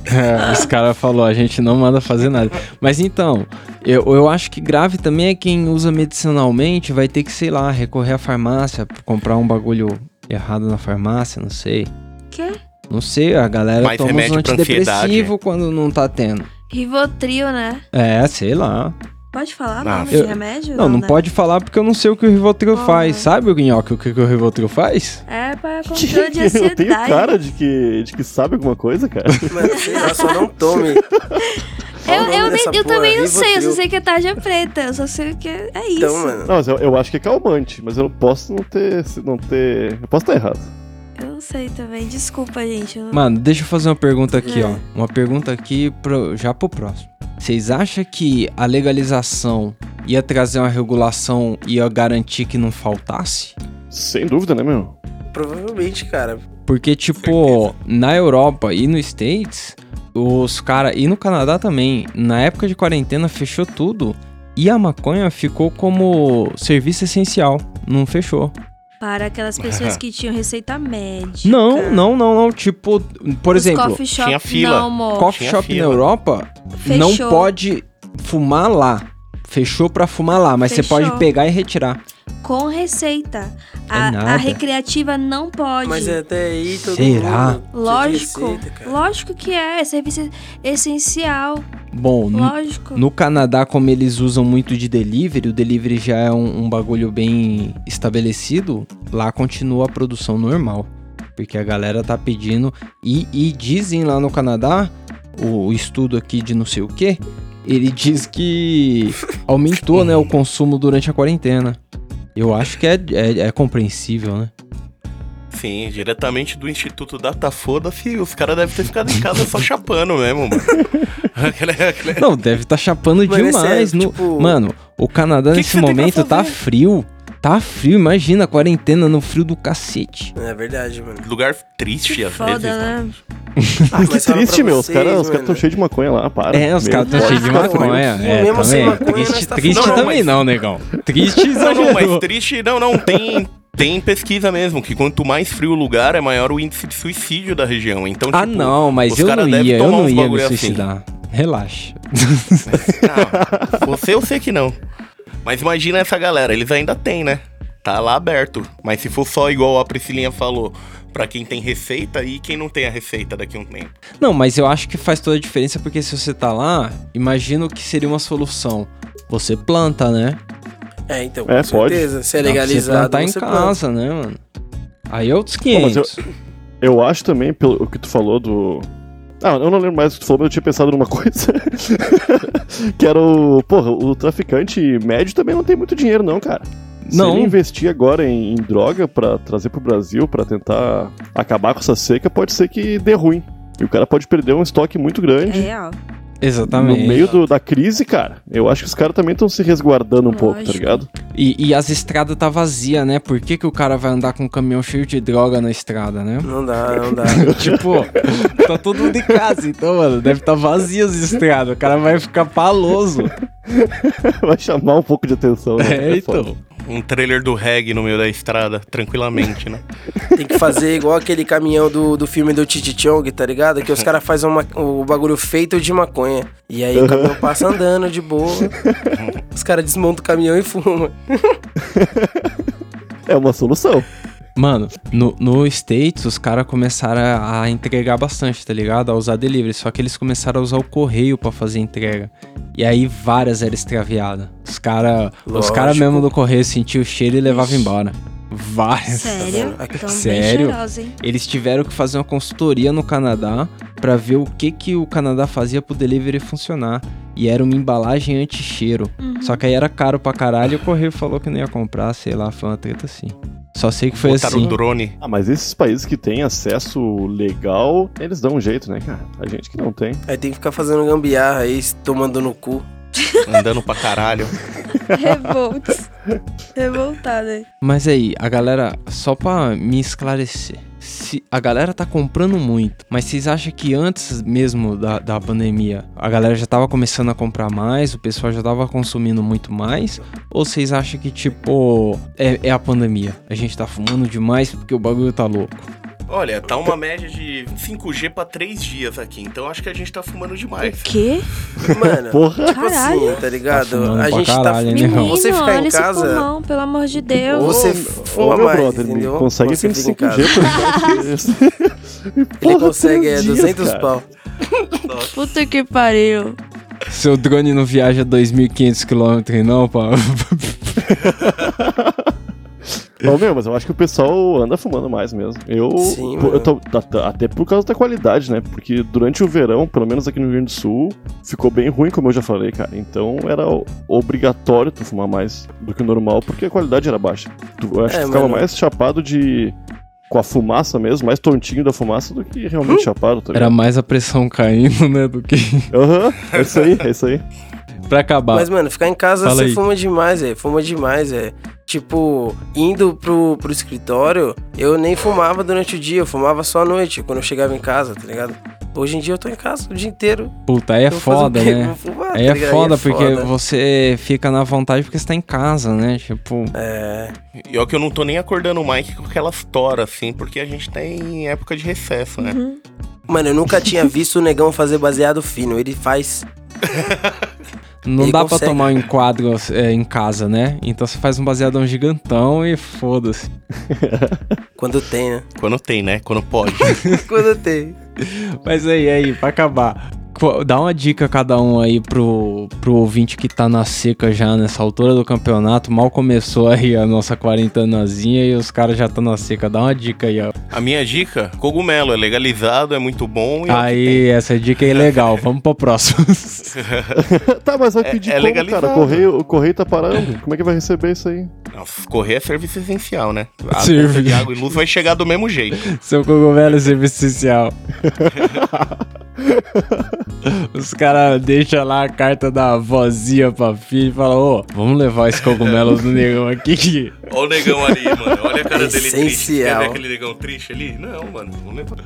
B: É, os caras falaram, a gente não manda fazer nada. Mas então, eu, eu acho que grave também é quem usa medicinalmente vai ter que, sei lá, recorrer à farmácia, comprar um bagulho errado na farmácia, não sei.
D: Quê?
B: Não sei, a galera
C: Mais
B: toma uns
C: remédio pra ansiedade,
B: antidepressivo quando não tá tendo.
D: Rivotril, né?
B: É, sei lá.
D: Pode falar
C: Ah,
D: nome
B: eu-
D: de remédio?
B: Não, não
D: né? Ah.
B: pode falar porque eu não sei o que o Rivotril
D: Porra.
B: faz. Sabe, o Gnocchi, o que, que o Rivotril faz?
D: É pra controle de
E: eu tenho
D: ansiedade.
E: cara de que, de que sabe alguma coisa, cara.
A: Mano, sei lá, só não tome.
D: Eu,
A: Qual o nome
D: eu, nem-
A: dessa
D: eu
A: porra?
D: também não sei, eu só
A: Rivotril.
D: sei que é tarja preta, eu só sei que é, é isso.
A: Então, mano.
E: Não, mas eu, eu acho que é calmante, mas eu posso não ter. se Não ter eu posso estar errado.
D: Eu não sei também, desculpa, gente. eu não-
B: Mano, deixa eu fazer uma pergunta aqui,
D: Ah. É.
B: ó. Uma pergunta aqui pro, já pro próximo. Vocês acham que a legalização ia trazer uma regulação e ia garantir que não faltasse?
E: Sem dúvida, né, meu?
A: Provavelmente, cara.
B: Porque, tipo, na Europa e nos States, os caras. E no Canadá também, na época de quarentena fechou tudo. E a maconha ficou como serviço essencial. Não fechou.
D: Para aquelas pessoas que tinham receita
C: Tipo,
D: médica.
B: Não, não, não, não. Tipo, por
D: Os
B: exemplo,
D: coffee shop,
C: tinha fila.
D: Não, amor.
B: coffee
C: Tinha
B: shop na
C: fila.
B: Europa
D: Fechou.
B: não pode fumar lá. Fechou pra fumar lá, mas
D: Fechou.
B: você pode pegar e retirar.
D: Com receita. A,
B: É nada.
D: a recreativa não pode.
A: Mas é- até aí todo
B: Será?
A: mundo precisa de
D: Lógico.
A: receita, cara.
D: lógico que é. É serviço essencial.
B: Bom, n-
D: Lógico.
B: no Canadá, como eles usam muito de delivery, o delivery já é um, um bagulho bem estabelecido, lá continua a produção normal. Porque a galera tá pedindo. E, e dizem lá no Canadá, o, o estudo aqui de não sei o que, ele diz que aumentou né, o consumo durante a quarentena. Eu acho que é- é- é compreensível, né?
C: Sim, diretamente do Instituto Data Foda-se, os caras devem ter ficado em casa só chapando mesmo, mano. Aquele- aquele-
B: Não, deve estar chapando
A: Mano, é
B: demais.
A: sério,
B: no-
A: tipo-
B: Mano, o Canadá
C: Que que
B: nesse
C: você tem pra
B: momento tá
C: fazer?
B: frio. Tá frio, imagina, quarentena no frio do cacete.
A: É verdade, mano.
C: Lugar triste, às
D: Foda,
C: vezes. mano.
D: né?
A: Ah,
E: que triste, meu. Os caras os caras tão cheios de maconha lá, para.
B: É, os
E: Meu
B: caras tão
E: Deus.
B: cheios de
A: cara,
B: maconha.
A: mas
B: É,
A: mesmo sem
B: também.
A: maconha,
B: Triste,
A: nós tá
B: triste
C: falando-
B: também não, negão. Triste
C: Não, não, mas um
B: exagerou.
C: triste, não, não, tem... Tem pesquisa mesmo, que quanto mais frio o lugar, é maior o índice de suicídio da região. Então,
B: Ah,
C: tipo,
B: não, mas
C: os
B: eu
C: cara
B: não
C: deve
B: ia, eu
C: tomar
B: não
C: uns
B: ia me
C: bagulho assim.
B: suicidar. Relaxa.
C: Ah, você eu sei que não. Mas imagina essa galera, eles ainda tem, né? Tá lá aberto. Mas se for só igual a Priscilinha falou, pra quem tem receita e quem não tem a receita daqui a um tempo.
B: Não, mas eu acho que faz toda a diferença porque se você tá lá, imagino que seria uma solução. Você planta, né?
A: É, então,
E: É,
A: com certeza. Se é
B: Dá pra
A: legalizado,
B: Você plantar em
A: você planta.
B: casa, né, mano? Aí é outros
E: Pô, mas eu-
B: 500.
E: Eu acho também, pelo o que tu falou do. Ah, eu não lembro mais o que tu falou, mas eu tinha pensado numa coisa. que era o. Porra, o traficante médio também não tem muito dinheiro, não, cara.
B: Não.
E: Se ele investir agora em, em droga pra trazer pro Brasil, pra tentar acabar com essa seca, pode ser que dê ruim. E o cara pode perder um estoque muito
D: É
E: grande.
D: real.
B: Exatamente.
E: No meio do- da crise, cara, eu acho que os caras também estão se resguardando um pouco, tá
D: Lógico.
E: ligado?
B: E, e as estradas tá vazia, né? Por que, que o cara vai andar com um caminhão cheio de droga na estrada, né?
A: Não dá, não dá.
B: tipo, tá todo mundo em casa, então, mano, deve tá vazia as estradas. O cara vai ficar paloso.
E: Vai chamar um pouco de atenção. Né?
B: É,
E: foda.
B: então.
C: Um trailer do reggae no meio da estrada, tranquilamente, né?
A: Tem que fazer igual aquele caminhão do, do filme do Titi Chong, tá ligado? Que os caras fazem uma- o bagulho feito de maconha. E aí o caminhão passa andando de boa. Os caras desmontam o caminhão e fumam.
E: É uma solução.
B: Mano, no, no States, os caras começaram a, a entregar bastante, tá ligado? A usar delivery. Só que eles começaram a usar o correio pra fazer entrega. E aí várias eram extraviadas. Os caras os cara
A: Lógico.
B: mesmo do correio sentiam o cheiro e levavam embora. Várias.
D: Sério? Tão
B: é Sério?
D: bem cheirosa, hein?
B: Eles tiveram que fazer uma consultoria no Canadá pra ver o que, que o Canadá fazia pro delivery funcionar. E era uma embalagem anti-cheiro.
D: Uhum.
B: Só que aí era caro pra caralho e o correio falou que não ia comprar, sei lá, foi uma treta assim. Só sei que foi
C: Botaram
B: assim.
C: um drone.
E: Ah, mas esses países que têm acesso legal, eles dão um jeito, né, cara? A gente que não tem.
A: Aí tem que ficar fazendo gambiarra aí, tomando no cu.
C: Andando pra caralho.
D: Revolt. Revoltada.
B: Mas aí, a galera, só pra me esclarecer. Se a galera tá comprando muito, mas vocês acham que antes mesmo da, da pandemia a galera já tava começando a comprar mais, o pessoal já tava consumindo muito mais? Ou vocês acham que, tipo, é, é a pandemia? A gente tá fumando demais porque o bagulho tá louco?
C: Olha, tá uma média de 5G pra 3 dias aqui, então acho que a gente tá fumando demais.
D: O quê?
A: Mano,
E: Porra!
A: tipo
D: Caralho.
A: assim, tá ligado?
B: fumando
A: a
B: pra
A: gente
B: caralho, né? hein,
A: tá
B: negão?
D: Menino,
A: Você ficar
D: olha
A: em
D: esse
A: casa.
D: pulmão, pelo amor de Deus.
A: Ou você
E: Ô,
A: fuma
E: ô, meu
A: mais,
E: brother, ele
A: entendeu?
E: consegue
A: Você fica em
E: 35G por Ele
A: Ele consegue é, 200 é, pau.
C: Nossa,
D: Puta que pariu.
B: Seu drone não viaja 2.500 km não, pá.
E: Ô, meu, mas eu acho que o pessoal anda fumando mais mesmo. Eu,
A: Sim,
E: pô, eu
A: mano.
E: tô- a- a- até por causa da qualidade, né? Porque durante o verão, pelo menos aqui no Rio Grande do Sul, ficou bem ruim, como eu já falei, cara. Então era o- obrigatório tu fumar mais do que o normal, porque a qualidade era baixa. Tu, eu acho
A: É,
E: que ficava
A: mano.
E: mais chapado de. com a fumaça mesmo, mais tontinho da fumaça do que realmente chapado, tá
B: Era
E: ligado?
B: mais a pressão caindo, né, do que...
E: Aham, é isso aí, é isso aí.
B: pra acabar.
A: Mas, mano, ficar em casa
B: Fala
A: você
B: aí.
A: fuma demais, é. Fuma demais, é. Tipo, indo pro, pro escritório, eu nem fumava durante o dia, eu fumava só à noite, quando eu chegava em casa, tá ligado? Hoje em dia eu tô em casa o dia inteiro.
B: Puta, aí é
A: eu vou fazer o
B: foda,
A: quê?
B: né?
A: Vou fumar, tá
B: Aí é
A: ligado?
B: foda, porque
A: foda.
B: você fica na vontade porque você tá em casa, né? Tipo,
A: É,
C: E ó que eu não tô nem acordando o Mike com aquelas toras, assim, porque a gente tá em época de recesso, né?
D: Uhum.
A: Mano, eu nunca tinha visto o negão fazer baseado fino. Ele faz.
B: não
A: Ele
B: dá pra
A: consegue.
B: tomar um enquadro é, em casa, né? Então você faz um baseadão gigantão e foda-se.
A: Quando tem, né?
C: Quando tem, né? Quando pode.
A: Quando tem.
B: Mas aí, aí, pra acabar. Qu- Dá uma dica cada um aí pro, pro ouvinte que tá na seca já nessa altura do campeonato. Mal começou aí a nossa quarentenazinha e os caras já estão na seca. Dá uma dica aí, ó.
C: a minha dica, cogumelo é legalizado, é muito bom. E
B: Aí, essa dica é legal. Vamos pro próximo.
E: tá, mas vai
C: É-
E: pedir
C: é
E: como, cara?
C: legalizado.
E: O correio, o correio tá parando. Como é que vai receber isso aí?
C: Nossa, correr é serviço essencial, né? A
B: Serve.
C: conta de água e luz vai chegar do mesmo jeito.
B: Seu cogumelo é serviço social. Os caras deixam lá a carta da vozinha pra filho e falam, ô, vamos levar esse cogumelo do negão aqui que
C: Olha o negão ali, mano. Olha a cara dele triste. Quer
A: Essencial.
C: ver aquele negão triste ali? Não, mano. Vamos levar.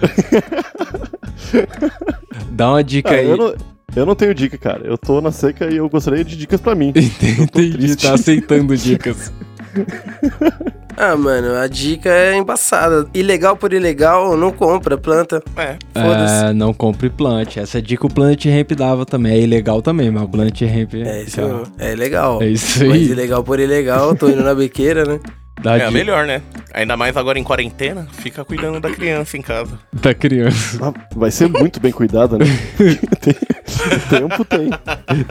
B: dá uma dica
E: Ah,
B: aí.
E: eu, não, eu não tenho dica, cara. Eu tô na seca e eu gostaria de dicas pra mim.
B: Entendi,
E: triste.
B: tá aceitando dicas.
A: Ah, mano, a dica é embaçada. Ilegal por ilegal, não compra, planta.
C: É.
A: Foda-se.
B: Ah, não compre plant. Essa dica o Plant Ramp dava também. É ilegal também, mas o Plant Ramp.
A: É isso
B: tá.
A: mesmo. É legal.
B: É isso aí.
A: Mas ilegal por ilegal, tô indo na biqueira, né?
B: Dá
C: É a
B: dica
C: melhor, né? Ainda mais agora em quarentena, fica cuidando da criança em casa.
B: da criança.
E: Ah, Vai ser muito bem cuidada, né? tem, tempo tem.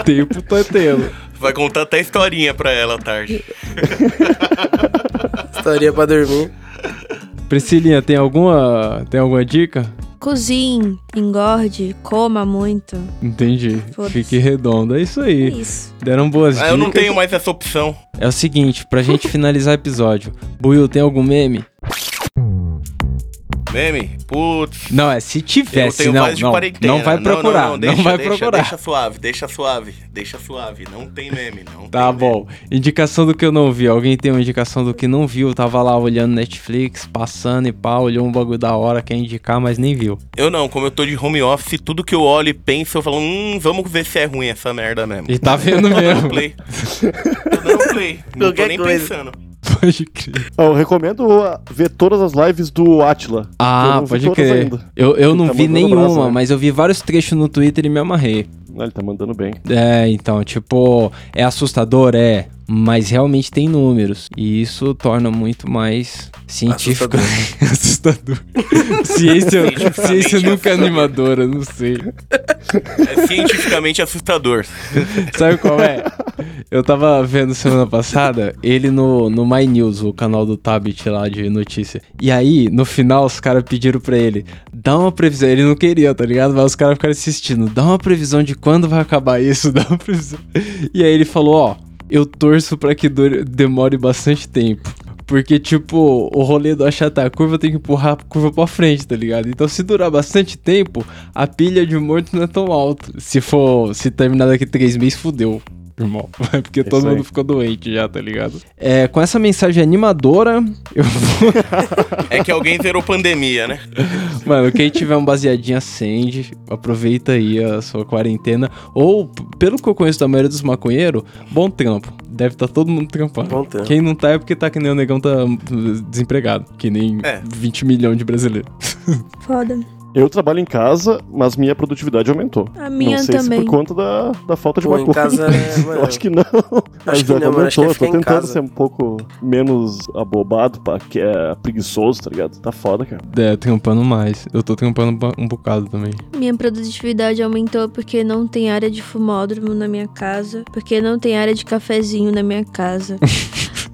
B: Tempo tá tendo.
C: Vai contar até historinha pra ela à tarde.
A: Estaria pra dormir.
B: Priscilinha, tem alguma, tem alguma dica?
D: Cozinhe, engorde, coma muito.
B: Entendi.
D: Foda-se.
B: Fique redondo. É isso
D: É
B: aí.
D: isso.
B: Deram boas
C: Ah,
B: dicas.
C: eu não tenho mais essa opção.
B: É o seguinte, pra gente finalizar o episódio. Buiu, tem algum meme?
C: Meme? Putz.
B: Não, é se
C: Eu
B: tivesse,
C: tenho
B: não,
C: mais de
B: não,
C: quarentena.
B: não vai procurar, não,
C: deixa,
B: vai
C: deixa,
B: procurar.
C: Deixa suave, deixa suave, deixa suave. Não tem meme, não.
B: Tá
C: tem meme.
B: bom. Indicação do que eu não vi. Alguém tem uma indicação do que não viu? Tava lá olhando Netflix, passando e pá, olhou um bagulho da hora, quer indicar, mas nem viu.
C: Eu não, como eu tô de home office, tudo que eu olho e penso, eu falo, hum, vamos ver se é ruim essa merda mesmo.
B: E tá vendo
C: Dando
B: mesmo.
C: play. Tô dando play. não tô
A: Qualquer
C: nem
A: coisa.
C: pensando.
B: Pode crer.
E: Ó, Eu recomendo ah, ver todas as lives do Atila. Eu
B: Ah,
E: não vi
B: pode
E: todas
B: crer.
E: ainda.
B: Eu, eu não
E: Tá
B: vi
E: mandando
B: nenhuma,
E: brasa, né?
B: mas eu vi vários trechos no Twitter e me amarrei.
E: Ah, ele tá mandando bem.
B: É, então, tipo, é assustador, é, mas realmente tem números. E isso torna muito mais científico. Assustador. ciência ciência nunca é animadora, não sei.
C: É cientificamente assustador.
B: Sabe qual é? Eu tava vendo semana passada ele no, no My News, o canal do Tabit lá de notícia. E aí, no final, os caras pediram pra ele, dá uma previsão. Ele não queria, tá ligado? Mas os caras ficaram insistindo, dá uma previsão de quando vai acabar isso, dá uma previsão. E aí ele falou, ó, eu torço pra que dure- demore bastante tempo. Porque, tipo, o rolê do achatar a curva tem que empurrar a curva pra frente, tá ligado? Então, se durar bastante tempo, a pilha de morto não é tão alta. Se for, se terminar daqui três meses, fudeu, irmão. É Porque todo
E: isso aí.
B: mundo ficou doente já, tá ligado? É, com essa mensagem animadora, eu vou...
C: É que alguém zerou pandemia, né?
B: Mano, quem tiver um baseadinho, acende. Aproveita aí a sua quarentena. Ou, p- pelo que eu conheço da maioria dos maconheiros, bom trampo. Deve estar todo mundo trampando.
A: Bom tempo.
B: Quem não tá é porque tá que nem o negão tá hum, desempregado. Que nem
C: É.
B: 20 milhões de brasileiros.
D: Foda.
E: Eu trabalho em casa, mas minha produtividade aumentou.
D: A minha
E: não sei
D: também.
E: Se por conta da, da falta de
A: Pô, em
E: maconha.
A: casa, é,
E: Eu
A: mano.
E: acho que não. Mas
A: que
E: é,
A: não, mano, acho que é
E: aumentou. Eu
A: ficar
E: tô
A: em
E: tentando
A: casa.
E: ser um pouco menos abobado, pá, que é preguiçoso, tá ligado? Tá foda, cara.
B: É, trampando mais. Eu tô trampando ba- um bocado também.
D: Minha produtividade aumentou porque não tem área de fumódromo na minha casa, porque não tem área de cafezinho na minha casa,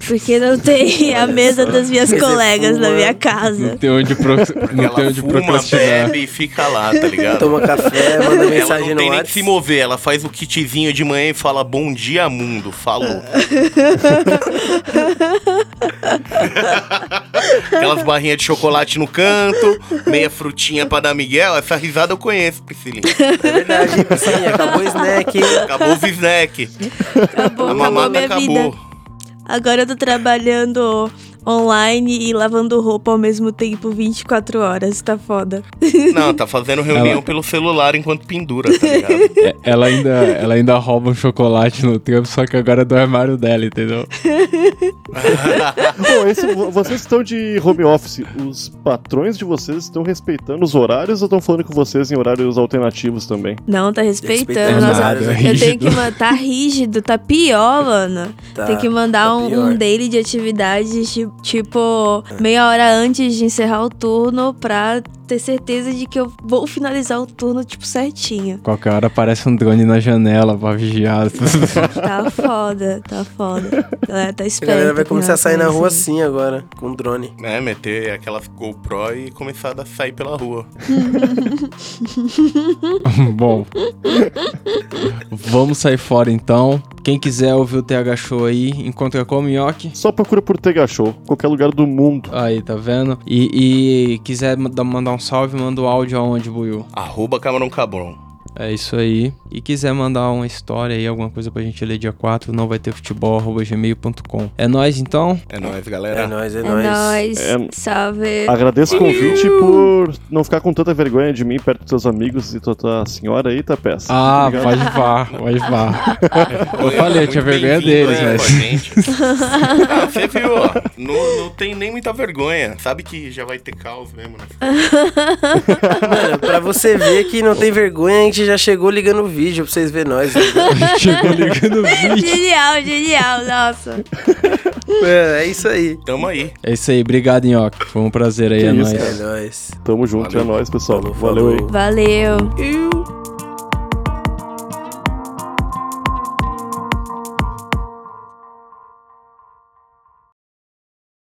D: porque não tem a mesa das minhas
C: é
A: Quer dizer,
D: colegas na
A: fuma.
D: minha
B: Não
D: casa.
B: tem onde, pro... não
C: Ela
B: tem onde
C: fuma,
B: procrastinar.
C: bebe e fica lá, tá ligado?
A: Toma café, manda
C: Ela
A: mensagem
C: não
A: no
C: tem nem que
A: WhatsApp.
C: se mover, ela faz o kitzinho de manhã e fala bom dia mundo, falou. Aquelas barrinhas de chocolate no canto, meia frutinha pra dar Miguel, essa risada eu conheço, Priscilinha.
A: É verdade, hein, Priscilinha? Acabou o snack. hein?
C: Acabou o snack,
D: Acabou,
C: a
D: acabou
C: mamada
D: minha
C: acabou.
D: vida. Agora eu tô trabalhando online e lavando roupa ao mesmo tempo 24 horas, tá foda.
C: Não, tá fazendo reunião
B: Ela-
C: pelo celular enquanto pendura, tá ligado?
B: É, Ela ainda, ela ainda rouba um chocolate no tempo, só que agora é do armário dela, entendeu?
E: Bom, esse, vo- vocês estão de home office. Os patrões de vocês estão respeitando os horários ou estão falando com vocês em horários alternativos também?
D: Não, tá respeitando.
A: Respeitando
D: Nossa,
A: nada,
D: eu
B: é rígido.
D: tenho que mandar. Tá rígido, tá pior, mano.
A: Tá,
D: Tem que mandar
A: tá
D: um,
A: pior.
D: um daily de atividades, ti- tipo, meia hora antes de encerrar o turno, pra ter certeza de que eu vou finalizar o turno, tipo, certinho.
B: Qualquer hora aparece um drone na janela pra vigiar.
D: Tá foda, tá foda. Galera, tá
A: A
D: esperta.
A: galera vai
D: com
A: começar a sair na
D: relação
A: rua
D: isso.
A: assim agora, com drone.
C: né, meter aquelas GoPro e começar a sair pela rua.
B: Bom, vamos sair fora então. Quem quiser ouvir o TH Show aí, encontra com o Minhoque.
E: Só procura por Tega Show, qualquer lugar do mundo.
B: Aí, tá vendo? E, e quiser manda- mandar um salve, manda o áudio aonde, Buiu?
C: Arroba Camarão Cabron.
B: É isso aí. E quiser mandar uma história aí, alguma coisa pra gente ler dia 4, não vai ter futebol, arroba gmail.com. É nóis então?
C: É nóis,
A: É,
C: galera.
A: nóis, é,
D: É
A: nóis.
D: nóis.
E: É-
D: Salve.
E: Agradeço o convite por não ficar com tanta vergonha de mim perto dos seus amigos e da tua senhora aí, tá peça.
B: Ah, pode vá, pode vá. Eu falei, eu tinha vergonha deles, mas.
E: né,
C: mas. ah, você viu, ó. Não, não tem nem muita vergonha. Sabe que já vai ter caos mesmo, né?
A: Mano, pra você ver que não tem vergonha, a gente já chegou ligando o vídeo pra vocês verem nós. né?
B: Chegou ligando o vídeo.
D: Genial, genial, nossa.
A: É, é isso aí.
C: Tamo aí.
B: É isso aí, obrigado, Nhoque. Foi um prazer aí,
E: Que
B: é
E: isso,
B: nóis.
A: É nóis.
E: Tamo junto,
C: Valeu.
E: é nóis, pessoal.
A: Falou,
E: Valeu aí.
A: falou.
D: Valeu.
A: Eu...